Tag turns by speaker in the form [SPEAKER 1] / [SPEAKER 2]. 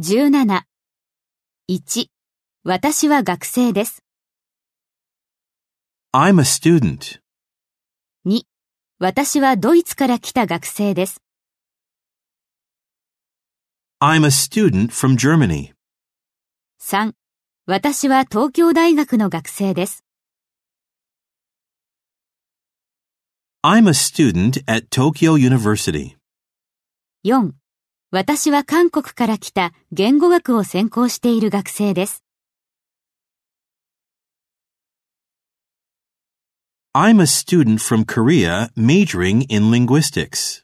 [SPEAKER 1] 17.1. 私は学生です。
[SPEAKER 2] I'm a student.
[SPEAKER 1] 2. 私はドイツから来た学生です。
[SPEAKER 2] I'm a student from Germany.
[SPEAKER 1] 3. 私は東京大学の学生です。
[SPEAKER 2] I'm a student at Tokyo University.
[SPEAKER 1] 4. 私は韓国から来た言語学を専攻している学生です。
[SPEAKER 2] I'm a student from Korea majoring in linguistics.